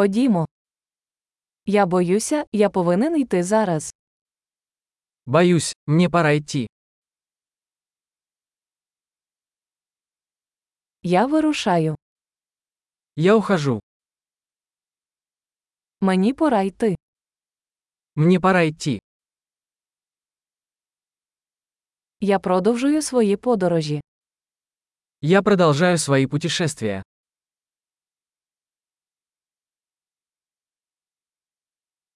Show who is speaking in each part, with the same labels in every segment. Speaker 1: Ходімо. Я боюся, я повинен йти зараз.
Speaker 2: Боюсь, мне пора идти.
Speaker 1: Я вирушаю.
Speaker 2: Я ухожу.
Speaker 1: Мені пора йти.
Speaker 2: Мне пора идти.
Speaker 1: Я продовжую свої подорожі.
Speaker 2: Я продолжаю свои путешествия.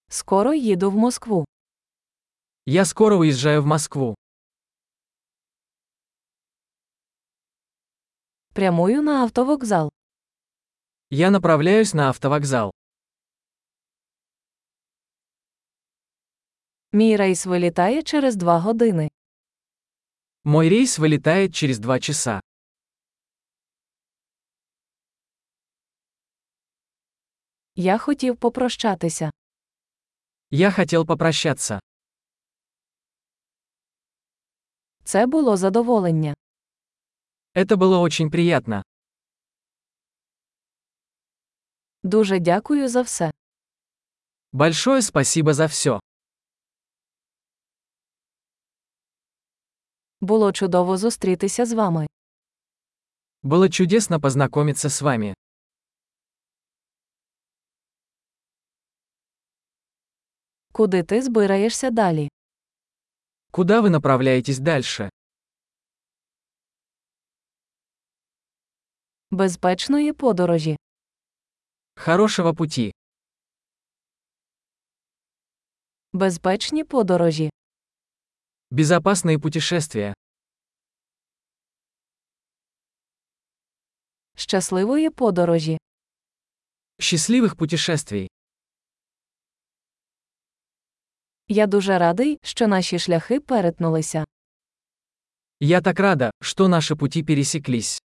Speaker 1: Скоро їду в Москву.
Speaker 2: Я скоро уезжаю в Москву.
Speaker 1: Прямую на автовокзал.
Speaker 2: Я направляюсь на автовокзал.
Speaker 1: Мій рейс вилітає через два години.
Speaker 2: Мой рейс вылетает через два часа.
Speaker 1: Я хотів попрощатися.
Speaker 2: Я хотел попрощаться.
Speaker 1: Це було задоволення.
Speaker 2: Это было очень приятно.
Speaker 1: Дуже дякую за все.
Speaker 2: Большое спасибо за все.
Speaker 1: Було чудово зустрітися з вами.
Speaker 2: Было чудесно познакомиться с вами.
Speaker 1: Куди ти збираєшся далі?
Speaker 2: Куда вы направляетесь дальше?
Speaker 1: Безпечної подорожі.
Speaker 2: Хорошего пути.
Speaker 1: Безпечні подорожі.
Speaker 2: Безопасные путешествия.
Speaker 1: Щасливої подорожі.
Speaker 2: Счастливых путешествий.
Speaker 1: Я дуже радий, що наші шляхи перетнулися.
Speaker 2: Я так рада, что наши пути пересеклись.